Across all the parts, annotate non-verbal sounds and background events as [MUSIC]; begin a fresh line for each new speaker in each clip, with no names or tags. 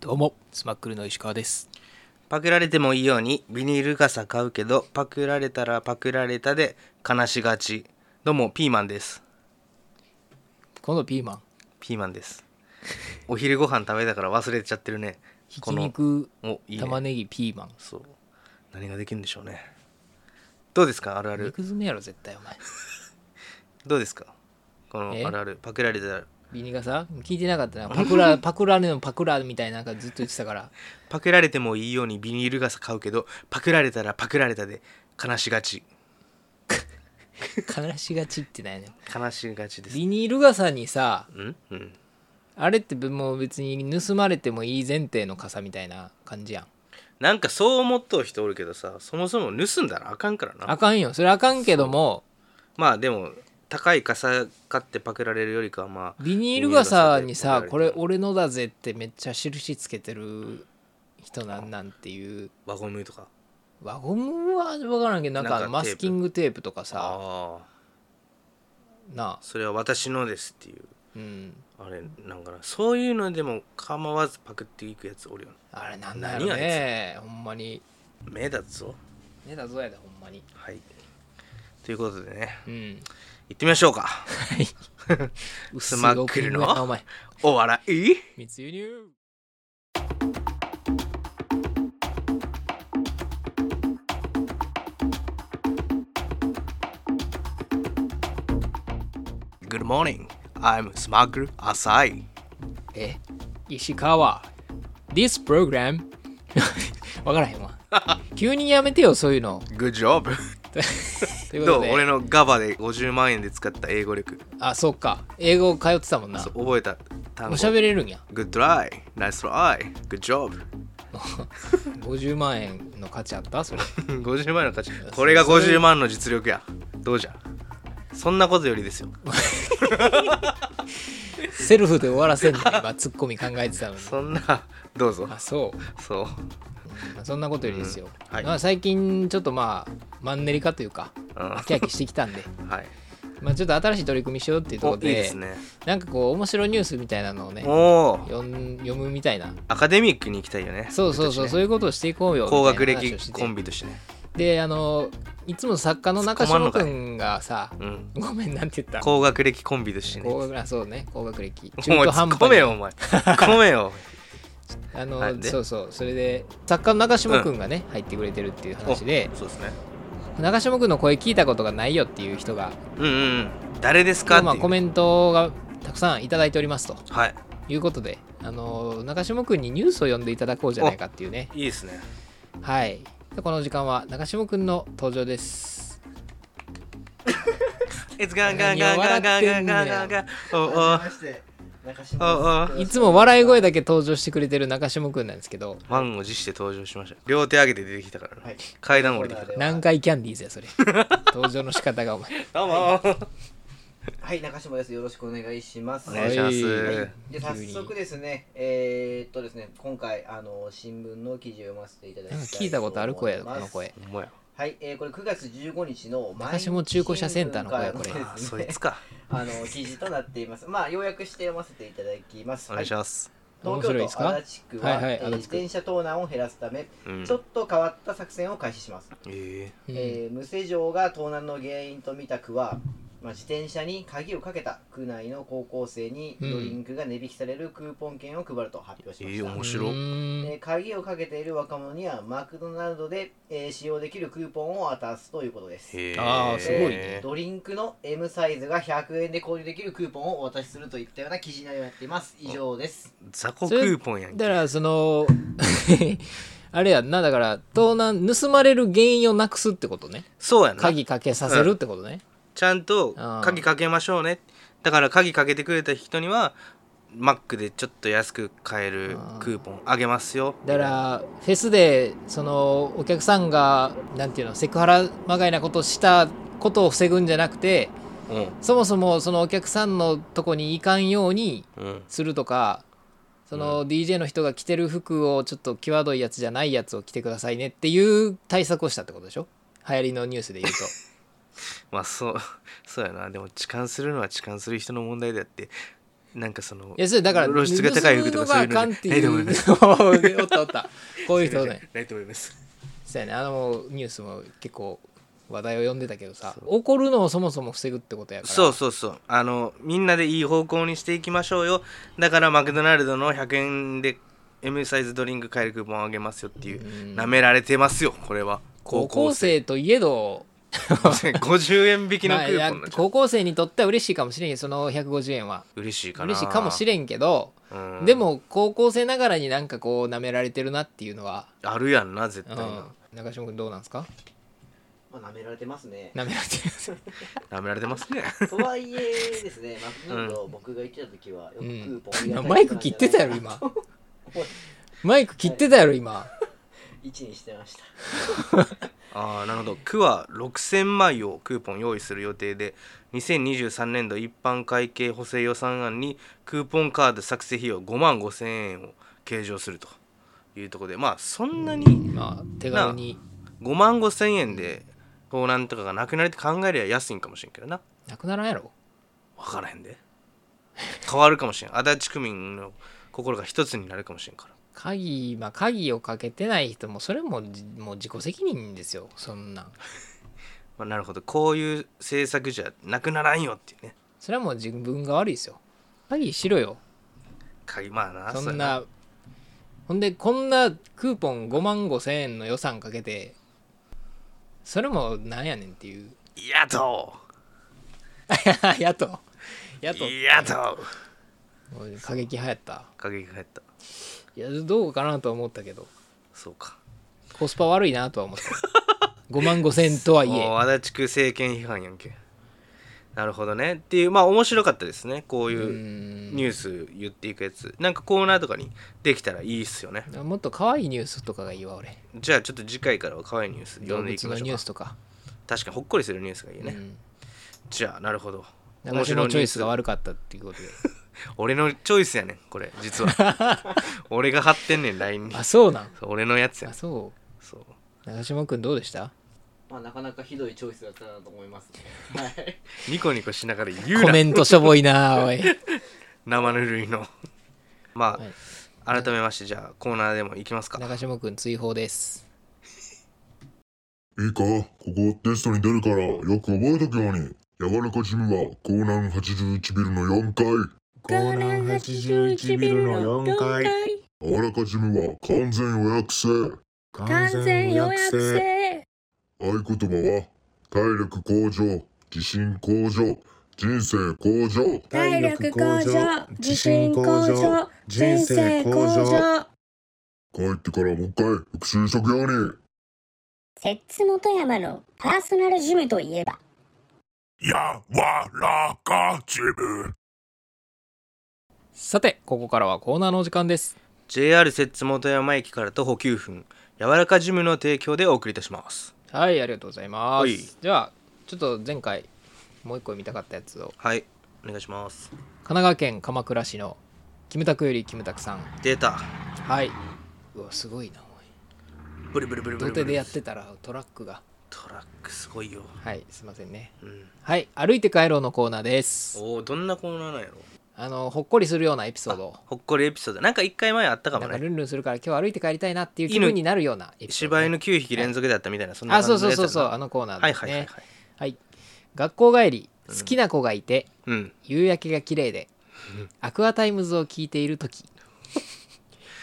どうもスマックルの石川です
パクられてもいいようにビニール傘買うけどパクられたらパクられたで悲しがちどうもピーマンです
このピーマン
ピーマンですお昼ご飯食べたから忘れちゃってるね
ひき
この
肉
おいい
玉
ね
ねぎピーマン
そう何ができるんでしょうねどうですかあるあ
肉
る
詰めやろ絶対お前
どうですかこの
え
あるあるパクられたら
ビニガサ聞いてなかったなパク
[LAUGHS]
ラパクラのパクラみたいななんかずっと言ってたから
パクられてもいいようにビニール傘買うけどパクられたらパクられたで悲しがち
悲しがちってない
[LAUGHS]
ねん
悲しがちです
ビニール傘にさ
うんうん
あれってもう別に盗まれてもいい前提の傘みたいな感じやん
なんかそう思っとう人おるけどさそもそも盗んだらあかんからな
あかんよそれあかんけども
まあでも高い傘買ってパクられるよりかはまあ
ビニール傘にさ
ビニール傘で
これ俺のだぜってめっちゃ印つけてる人なんなんていう
輪ゴムとか
輪ゴムは分からんけどなん
な
か
んかテープ
マスキングテープとかさ
ああ
なあ
それは私のですっていう
うん
あれなんかなそういうのでも構わずパクっていくやつおるよな
あれなんだよねほんまに
目立つぞ
ねだぞやでほんまに
はいということでね
うん
行ってみましょうか
薄
スマックルの
お前
[LAUGHS] お笑い
密輸入
Good morning I'm Smuggler Asai
え石川 This program [LAUGHS] 分からへんわ急にやめてよそういうの
Good [LAUGHS] job
というこ
ど
と
う
で
俺のガバで50万円で使った英語力
あそうか英語通ってたもんな
そう覚えた単
お
語
しゃべれるんや
Good try Nice try Good job
50万円の価値あったそれ
50万の価値これが50万の実力やどうじゃそんなことよりですよ
セルフで終わらせんの今ツッコミ考えてたのに
そんなどうぞ
あそう
そう
まあそんなことよりですよ、
うんはい
まあ、最近ちょっとまあマンネリ化という
[LAUGHS]
か
うん
飽き飽きしてきたんで
はい
まあちょっと新しい取り組みしようっていうとこ
おい
ろ
い
で
ですね
なんかこう面白いニュースみたいなのをね
おお
読ん読むみたいな
アカデミックに行きたいよね
そうそうそう、
僕たち
そういうことをしていこうよ
ね高学
みたいな話を
歴
して
コンビとしてね
であのいつも作家の中島君がさ
うん
ごめんなんて言った
高学歴コンビとしてね
高学あそうね高学歴
お
中
前
途
突
半
っ
端
込め
に
よお前突っ込めよ
あの、
はいで
そうそうそれで作家の中島君がね、入ってくれてるっていう話で
そうですね
中島君の声聞いたことがないよっていう人が
うんうんうん誰ですか
まあ
ってい
コ
う
メントがたくさんいただいておりますと
はい
いうことであの中島君にニュースを読んでいただこうじゃないかっていうね
いいですね
はいでこの時間は中島君の登場です
いつガンガンガンガンガンガンガンガンガンおお
はじめまして中島です
いつも笑い声だけ登場してくれてる中島君なんですけど
満を持して登場しました両手上げて出てきたからな
はい
階段降りてきた
コーナーで
南海キャンディーズやそ
[LAUGHS]
れ登場の仕方がお前
どうも
はい中島ですよろしくお願いします
お願いします
は
はい
え
で早速ですねえー、っとですね今回あの新聞の記事を読ませていただき
な
た
ん
い
か聞いたことある声やこの声
ほんまや
はい、えー、これ9月15日の毎日
中島中古車センターの声これ
新聞から
あ
のです
そ
ね
い
[LAUGHS]
つか
[LAUGHS] あの記事となっていますまあ要約して読ませていただきます
お願いし
は
ます
東
面白い
京
ですか
都足立区は、
はいはい
えー
足立区
自転車盗難を減らすため、
うん
ちょっと変わった作戦を開始します
え
うん
えー無施錠が盗難の原因と見た区は、まあ、自転車に鍵をかけた区内の高校生に
うん
ドリンクが値引きされるクーポン券を配ると発表しま
え
し
ー
た、
面白
うーん
で鍵をかけている若者にはマクドナルドで、えー使用できるクーポンを渡すということです、
へえ
あーすごい
えードリンクの M サイズが100円で購入できるクーポンをお渡しするといったような記事内容になっています以上です
雑魚クーポンやんけ
だからその [LAUGHS] あれやんなだから盗難盗まれる原因をなくすってことね
そうやな
鍵かけさせるってことね、
ちゃんと
あー
鍵かけましょうねだから鍵かけてくれた人にはマックでちょっと安く買えるクーポンあげますよ
だからフェスでそのお客さんがなんていうのセクハラまがいなことしたことを防ぐんじゃなくて
うん
そもそもそのお客さんのとこに行かんように
うん
するとかその DJ の人が着てる服をちょっと際どいやつじゃないやつを着てくださいねっていう対策をしたってことでしょ流行りのニュースで言う
[LAUGHS]
と
まあそうそうやなでも痴漢するのは痴漢する人の問題であってなんかその
いやそれだから
露出が高い服とかそういう
盗むの
の
があかんって
ない
い
と
う
思い
の
ます
を [LAUGHS] おったおったこういう人ね
[LAUGHS] ないと思います
そうやねあのニュースも結構話題を読んでたけどさ怒るのをそもそも防ぐってことやから
そうそうそうあのみんなでいい方向にしていきましょうよだからマクドナルドの100円で M サイズドリンク買えるクーポンあげますよっていうなめられてますよこれは
高校生といえど
50円引きの
ま
ク
あい
ー
や
ポンなんじゃ
高校生にとっては嬉しいかもしれんよその150円は
嬉しいかな
嬉しいかもしれんけど、
うん
でも高校生ながらになんかこうなめられてるなっていうのは、
あるやんな絶
う
対
ん
な、
中島君どうなんですか
まあ、舐められてますね。
なめられて [LAUGHS] る
なめられてますね
とはいえですね、マクドナルド、僕が行ってた時は、よくクーポン
うん
が
マイク切ってたやろ今マイク切ってたやろ今
位置にしてました。
ああなるほど区は6000枚をクーポン用意する予定で2023年度一般会計補正予算案にクーポンカード作成費用5万5000円を計上するというところでまあそんなに
まあ手軽に
5万5000円で盗難とかがなくなるって考えりゃ安いんかもしれんけどな
なくならんやろ
分からへんで変わるかもしれん足立区民の心が一つになるかもしれんから
鍵まあ鍵をかけてない人もそれもじもう自己責任ですよそんなん
まあ、なるほどこういう政策じゃなくならんよっていうね
それはもう自分が悪いですよ鍵しろよ
鍵まあな
そ
うんや
なほんでこんなクーポン5万5千円の予算かけてそれもなんやねんっていう [LAUGHS]
野党
野党野党
野党
もう過激派やった
過激派やった
いやどうかなとは思ったけど
そうか
コスパ悪いなとは思った [LAUGHS] 5万5千円とはい
[LAUGHS] もう
え
足立区政権批判やんけなるほどねっていうまあ面白かったですねこう
う
いう
ーん
ニュース言っていくやつなんかコーナーとかにできたらいいっすよね
もっと可愛いニュースとかがいいわ俺
じゃあちょっと次回からは可愛いニュース読
動
んでいき
物の
ましょ
ニュ
う
ー
か
スとか、
確かにほっこりするニュースがいいね、
うん
じゃあなるほど
中島のチョイスが悪かったっていうこと [LAUGHS] で
俺のチョイスやねんこれ実は
[LAUGHS]
俺が貼ってんねん LINE に
あそうなん
そう俺のやつや
あ
ねん
そ
そう
う中島君どうでした
まあ、なかなかひどいチョイスだったなと思います、ね。はい。
ニコニコしながら言う
コ
な
メントしょぼいなおい
生ぬるいの [LAUGHS] ま
はい
あ、改めましてじゃあコーナーでも行きます
[LAUGHS]
か
中島君追放です
いいか、ここテストに出るからよく覚えとくように。柔らかジムは江南81ビルの4階。
江南81ビルの4階
柔らかジムは完全予約制。
完全予約制
合言葉は、体力向上、自信向上、人生向上。
体力向上自信向上人生向上
帰ってからもう一回復習しとくように。
摂津元山のパーソナルジムといえば
柔らかジム。
さてここからはコーナーのお時間です
JR 摂津本山駅から徒歩9分柔らかジムの提供でお送りいたします
はいありがとうございます、
はい
じゃあちょっと前回もう一個見たかったやつを
はいお願いします
神奈川県鎌倉市のキムタクよりキムタクさん
出た
はいうわすごいなお
ブルブルブル
い
ブ
土
ル
手
ブ
で
ル
やってたらトラックが
トラックすごいよ、
はいすいませんね
うん、
はい歩いて帰ろうのコーナーです
おおどんなコーナーなんやろ
あのほっこりするようなエピソードを
ほっこりエピソードなんか一回前あったか
な
も
んか
ね
ルンルンするから今日歩いて帰りたいなっていう気
犬
分になるようなエピソード
柴
ね、
犬9匹連続だったみたいなそんな
あそ
感
う
じ
そう
のやつ
そ
や
うそう
な
あのコーナー
はい
です
は
ね
いはいはい
はい学校帰り好きな子がいて、
うん
夕焼けが綺麗
[LAUGHS]
で、アクアタイムズを聞いている時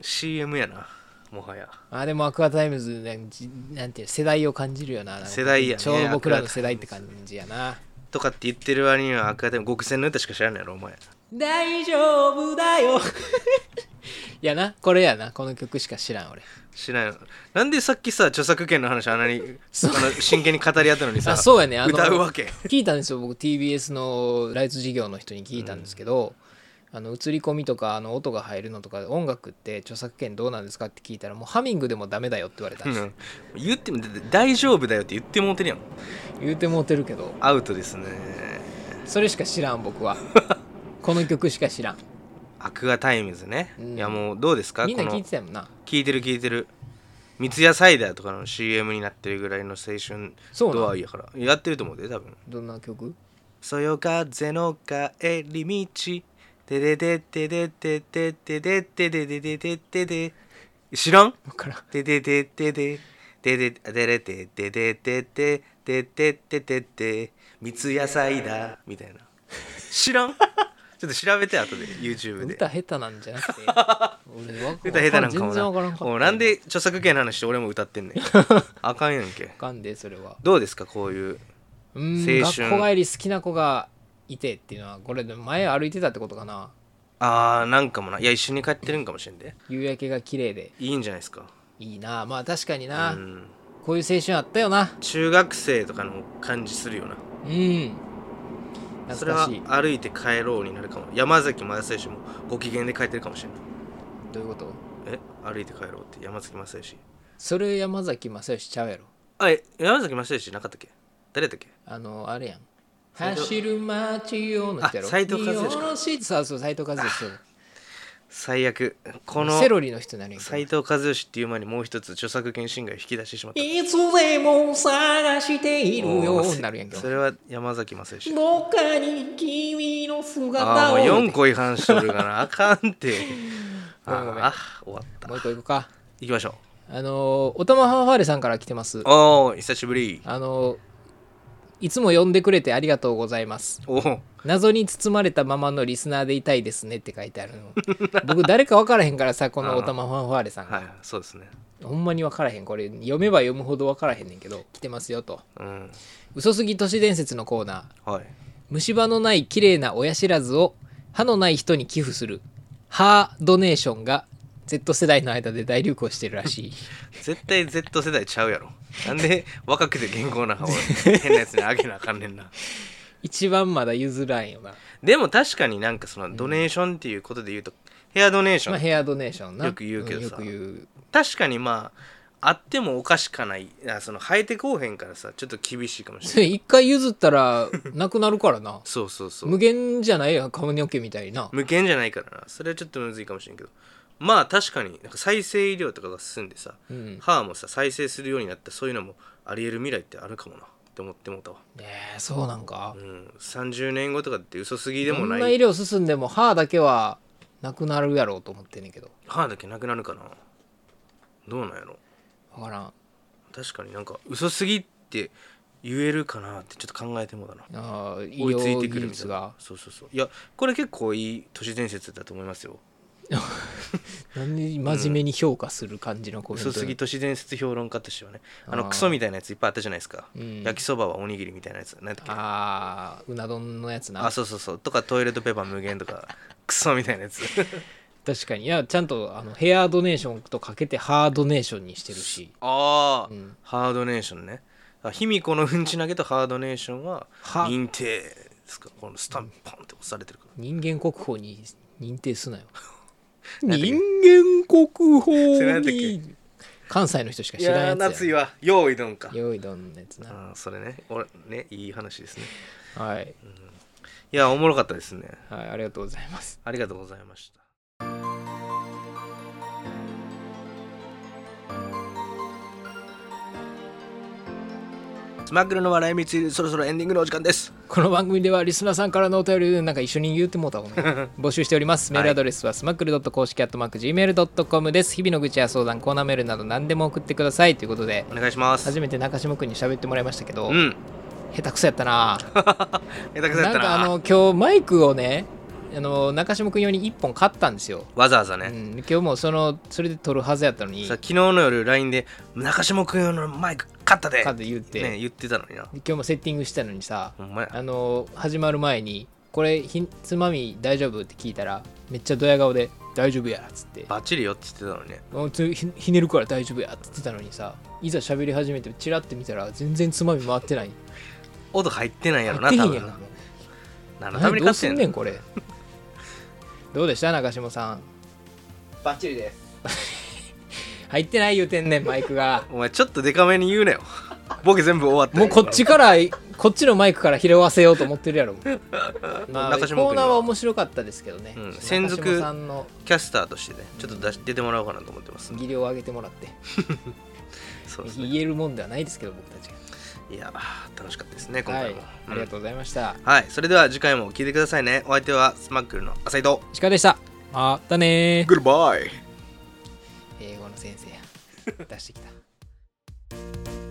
CM やなもはや
あでもアクアタイムズなんじなんていう世代を感じるよななんか
世代やね
ちょうど僕らの
アクアタイムズ
世代って感じやな
とかって言ってる割にはアクアタイム極戦の歌しか知らんのやろお前
大丈夫だよ [LAUGHS] いやなこれやなこの曲しか知らん俺
知らんよなんでさっきさ著作権の話あんなに
そう
あの真剣に語り合ったのにさ
あそうやねあの
歌うわけ
聞いたんですよ僕 TBS のライツ事業の人に聞いたんですけど、あの映り込みとかあの音が入るのとか音楽って著作権どうなんですかって聞いたらもうハミングでもダメだよって言われたん
う
ですよ、
ん言ってもだって大丈夫だよって言ってもうてるやん
言うてもうてるけど
アウトですね
それしか知らん僕はこの曲しか知らん
アクアタイムズね、
うん
いやもうどうですか
みんな聞い
こ
てたもんな
の聞いてる聞いてる三ツ矢サイダーとかの CM になってるぐらいの青春
そうなん
度合いやからやってると思うで多分
どんな曲
そよ風の帰り道てででてでてでてでてでででででで知らん
分からん
ででででででででれてででででででででで蜜野菜だみたいな知らん
[LAUGHS]
ちょっと調べて後で YouTube で
歌下手なんじゃな
[LAUGHS]
くて俺わ
歌下手なんかも
全然
な
わからんかった
おうなんで著作権の話して俺も歌って
[LAUGHS]
んねんあかんやんけ
わかんでそれは
どうですかこういう
うーん
青春
学校帰り好きな子がいてっていうのはこれでも前歩いてたってことかな
あーなんかもないや一緒に帰ってるんかもしれんで
夕焼けが綺麗で
いいんじゃないですか
いいなまあ確かにな、
うん
こういう青春あったよな
中学生とかの感じするよな
うん
そ
懐
れ
か
は
しい
歩いて帰ろうになるかも山崎正義もご機嫌で帰ってるかもしれ
どういうこと
ないえ歩いて帰ろうって山崎正義
それ山崎正義ちゃうやろ
あえ山崎正義なかったっけ誰だっけ
あのあれやん
斉藤
走る街をの人やろ
あ斉藤和義か
義かそうそう斉藤和義そう
最悪この
セロリの人になるやん
斎藤和義っていう前にもう一つ著作権侵害を引き出してしまった
いつでも探しているよ
おー
になるやんけ
それは山崎正義
どっかに君の
ああ
姿
も
を
う4個違反しとるかなあかんって
[LAUGHS] ごめんごめん
ああ終わった
もう一個行くか
行きましょ
あのおたまファファーレさんから来てます
うおお久しぶり
あのいつも呼んでくれてありがとうございます
おお
謎に包まれたままのリスナーでいたいですねって書いてあるの [LAUGHS] 僕誰か分からへんからさこのおたまファンファーレさんが、
はいそうですね
ほんまに分からへんこれ読めば読むほど分からへんねんけど来てますよと
うん
嘘すぎ都市伝説のコーナー
はい
虫歯のない綺麗な親知らずを歯のない人に寄付する歯ドネーションが Z 世代の間で大流行してるら
[LAUGHS]
しい
絶対 Z 世代ちゃうやろなんで若くて健康な歯を変なやつにあげなあかんねんな
一番まだ譲らんよな
でも確かになんかそのドネーションっていうことで言うと、ヘアドネーション、
まあヘアドネーションな
よく言うけどさ
んよく言う [LAUGHS]
確かにまああってもおかしかないあその生えてこうへんからさちょっと厳しいかもしれ
そ
ない
れ一回譲ったらなくなるからな
[LAUGHS] そうそうそう
無限じゃないやん髪の毛みたいにな
無限じゃないからなそれはちょっとむずいかもしれんけどまあ確かになんか再生医療とかが進んでさ、
うん
歯もさ再生するようになったそういうのもありえる未来ってあるかもなって思ってもうたわ、
ねえそうなんか
う、ん、30年後とかって嘘すぎで
こ
も
ん
な
ない医療進んでも歯だけはなくなるやろうと思ってんねんけど
歯だけなくなるかなどうなんやろ
わからん
確かになんか嘘すぎって言えるかなってちょっと考えてもだな
あー医
追いつい
療
てく
技
るみた
術
いな
が
そうそうそういやこれ結構いい都市伝説だと思いますよ
[LAUGHS] なんで真面目に評価する感じのコメント
嘘
なの
すぎ都市伝説評論家としてはねあの
あー
クソみたいなやついっぱいあったじゃないですか、
うん
焼きそばはおにぎりみたいなやつなんだっけあ
あーうな丼のやつな
そうそうそうとかトイレットペーパー無限
[LAUGHS]
とかクソみたいなやつ
確かにいやちゃんとあのヘアドネーションとかけてハードネーションにしてるし
ああ、
ん
ハードネーションねあ卑弥呼のうんち投げとハードネーションは
は
認定ですかこのスタンプポンって押されてるから
人間国宝に認定すなよ
[LAUGHS]
人間国
それ
宝
なんだっけ
に関西の人しか
い
知らん
やー
やつ
夏い
や
わ用意どんか
よいどんのやつな
あーそれね俺ねいい話ですね
はい、
いやおもろかったですね
はい、ありがとうございます
ありがとうございましたスマックルの笑い道そろそろエンディングのお時間です
この番組ではリスナーさんからのお便りなんか一緒に言うてもうたもん
[LAUGHS]
募集しておりますメールアドレスはスマックルドット公式アットマーク Gmail.com です日々の愚痴や相談コーナーメールなど何でも送ってくださいということで
お願いします
初めて中島君に喋ってもらいましたけど、
うん
下手くそやったな
下手くそや
な
っ
んか
たな
あの今日マイクをねあの中島君用に1本買ったんですよ、
わざわざ
う
ね、
ん、今日もそのそれで撮るはずやったのに
さ
買っ
昨日の夜 LINE で「中島君用のマイク買ったで」
て言って、
ね、言ってたのにな
今日もセッティングしたのにさ
ほんまや
あの始まる前に「これひつまみ大丈夫?」って聞いたらめっちゃドヤ顔で「大丈夫や」っつって
バッチリよって言ってたのにね
もうつひひねるから大丈夫や」って言ってたのにさいざ喋り始めてチラって見たら全然つまみ回ってない
音入ってないやろ
入っ
な
てへ
多
んや
分
ん
な何のため
どう
に買っ
す
て
ん
ん
ね
ね
んこれどうでした中島さん
バッチリです
入ってない言うてんねんマイク
[LAUGHS]
が
お前ちょっとデカめに言うなよボケ全部終わった
もうこっちからこっちのマイクから拾わせようと思ってるや
[LAUGHS]
ろまあ
中島君には
コーナーは面白かったですけどね、
うん
中島
専属
さんの
キャスターとしてねちょっと出し出てもらおうかなと思ってます、
技量を上げてもらって
そうですね
言えるもんではないですけど僕たちが
いいやー楽しかったですね今
は
回
い
も、
ありがとうございました
うんはいそれでは次回も聞いてくださいねお相手はスマックルの浅井と
石川でしたまたねー
グッバイ
英語の先生や出してきた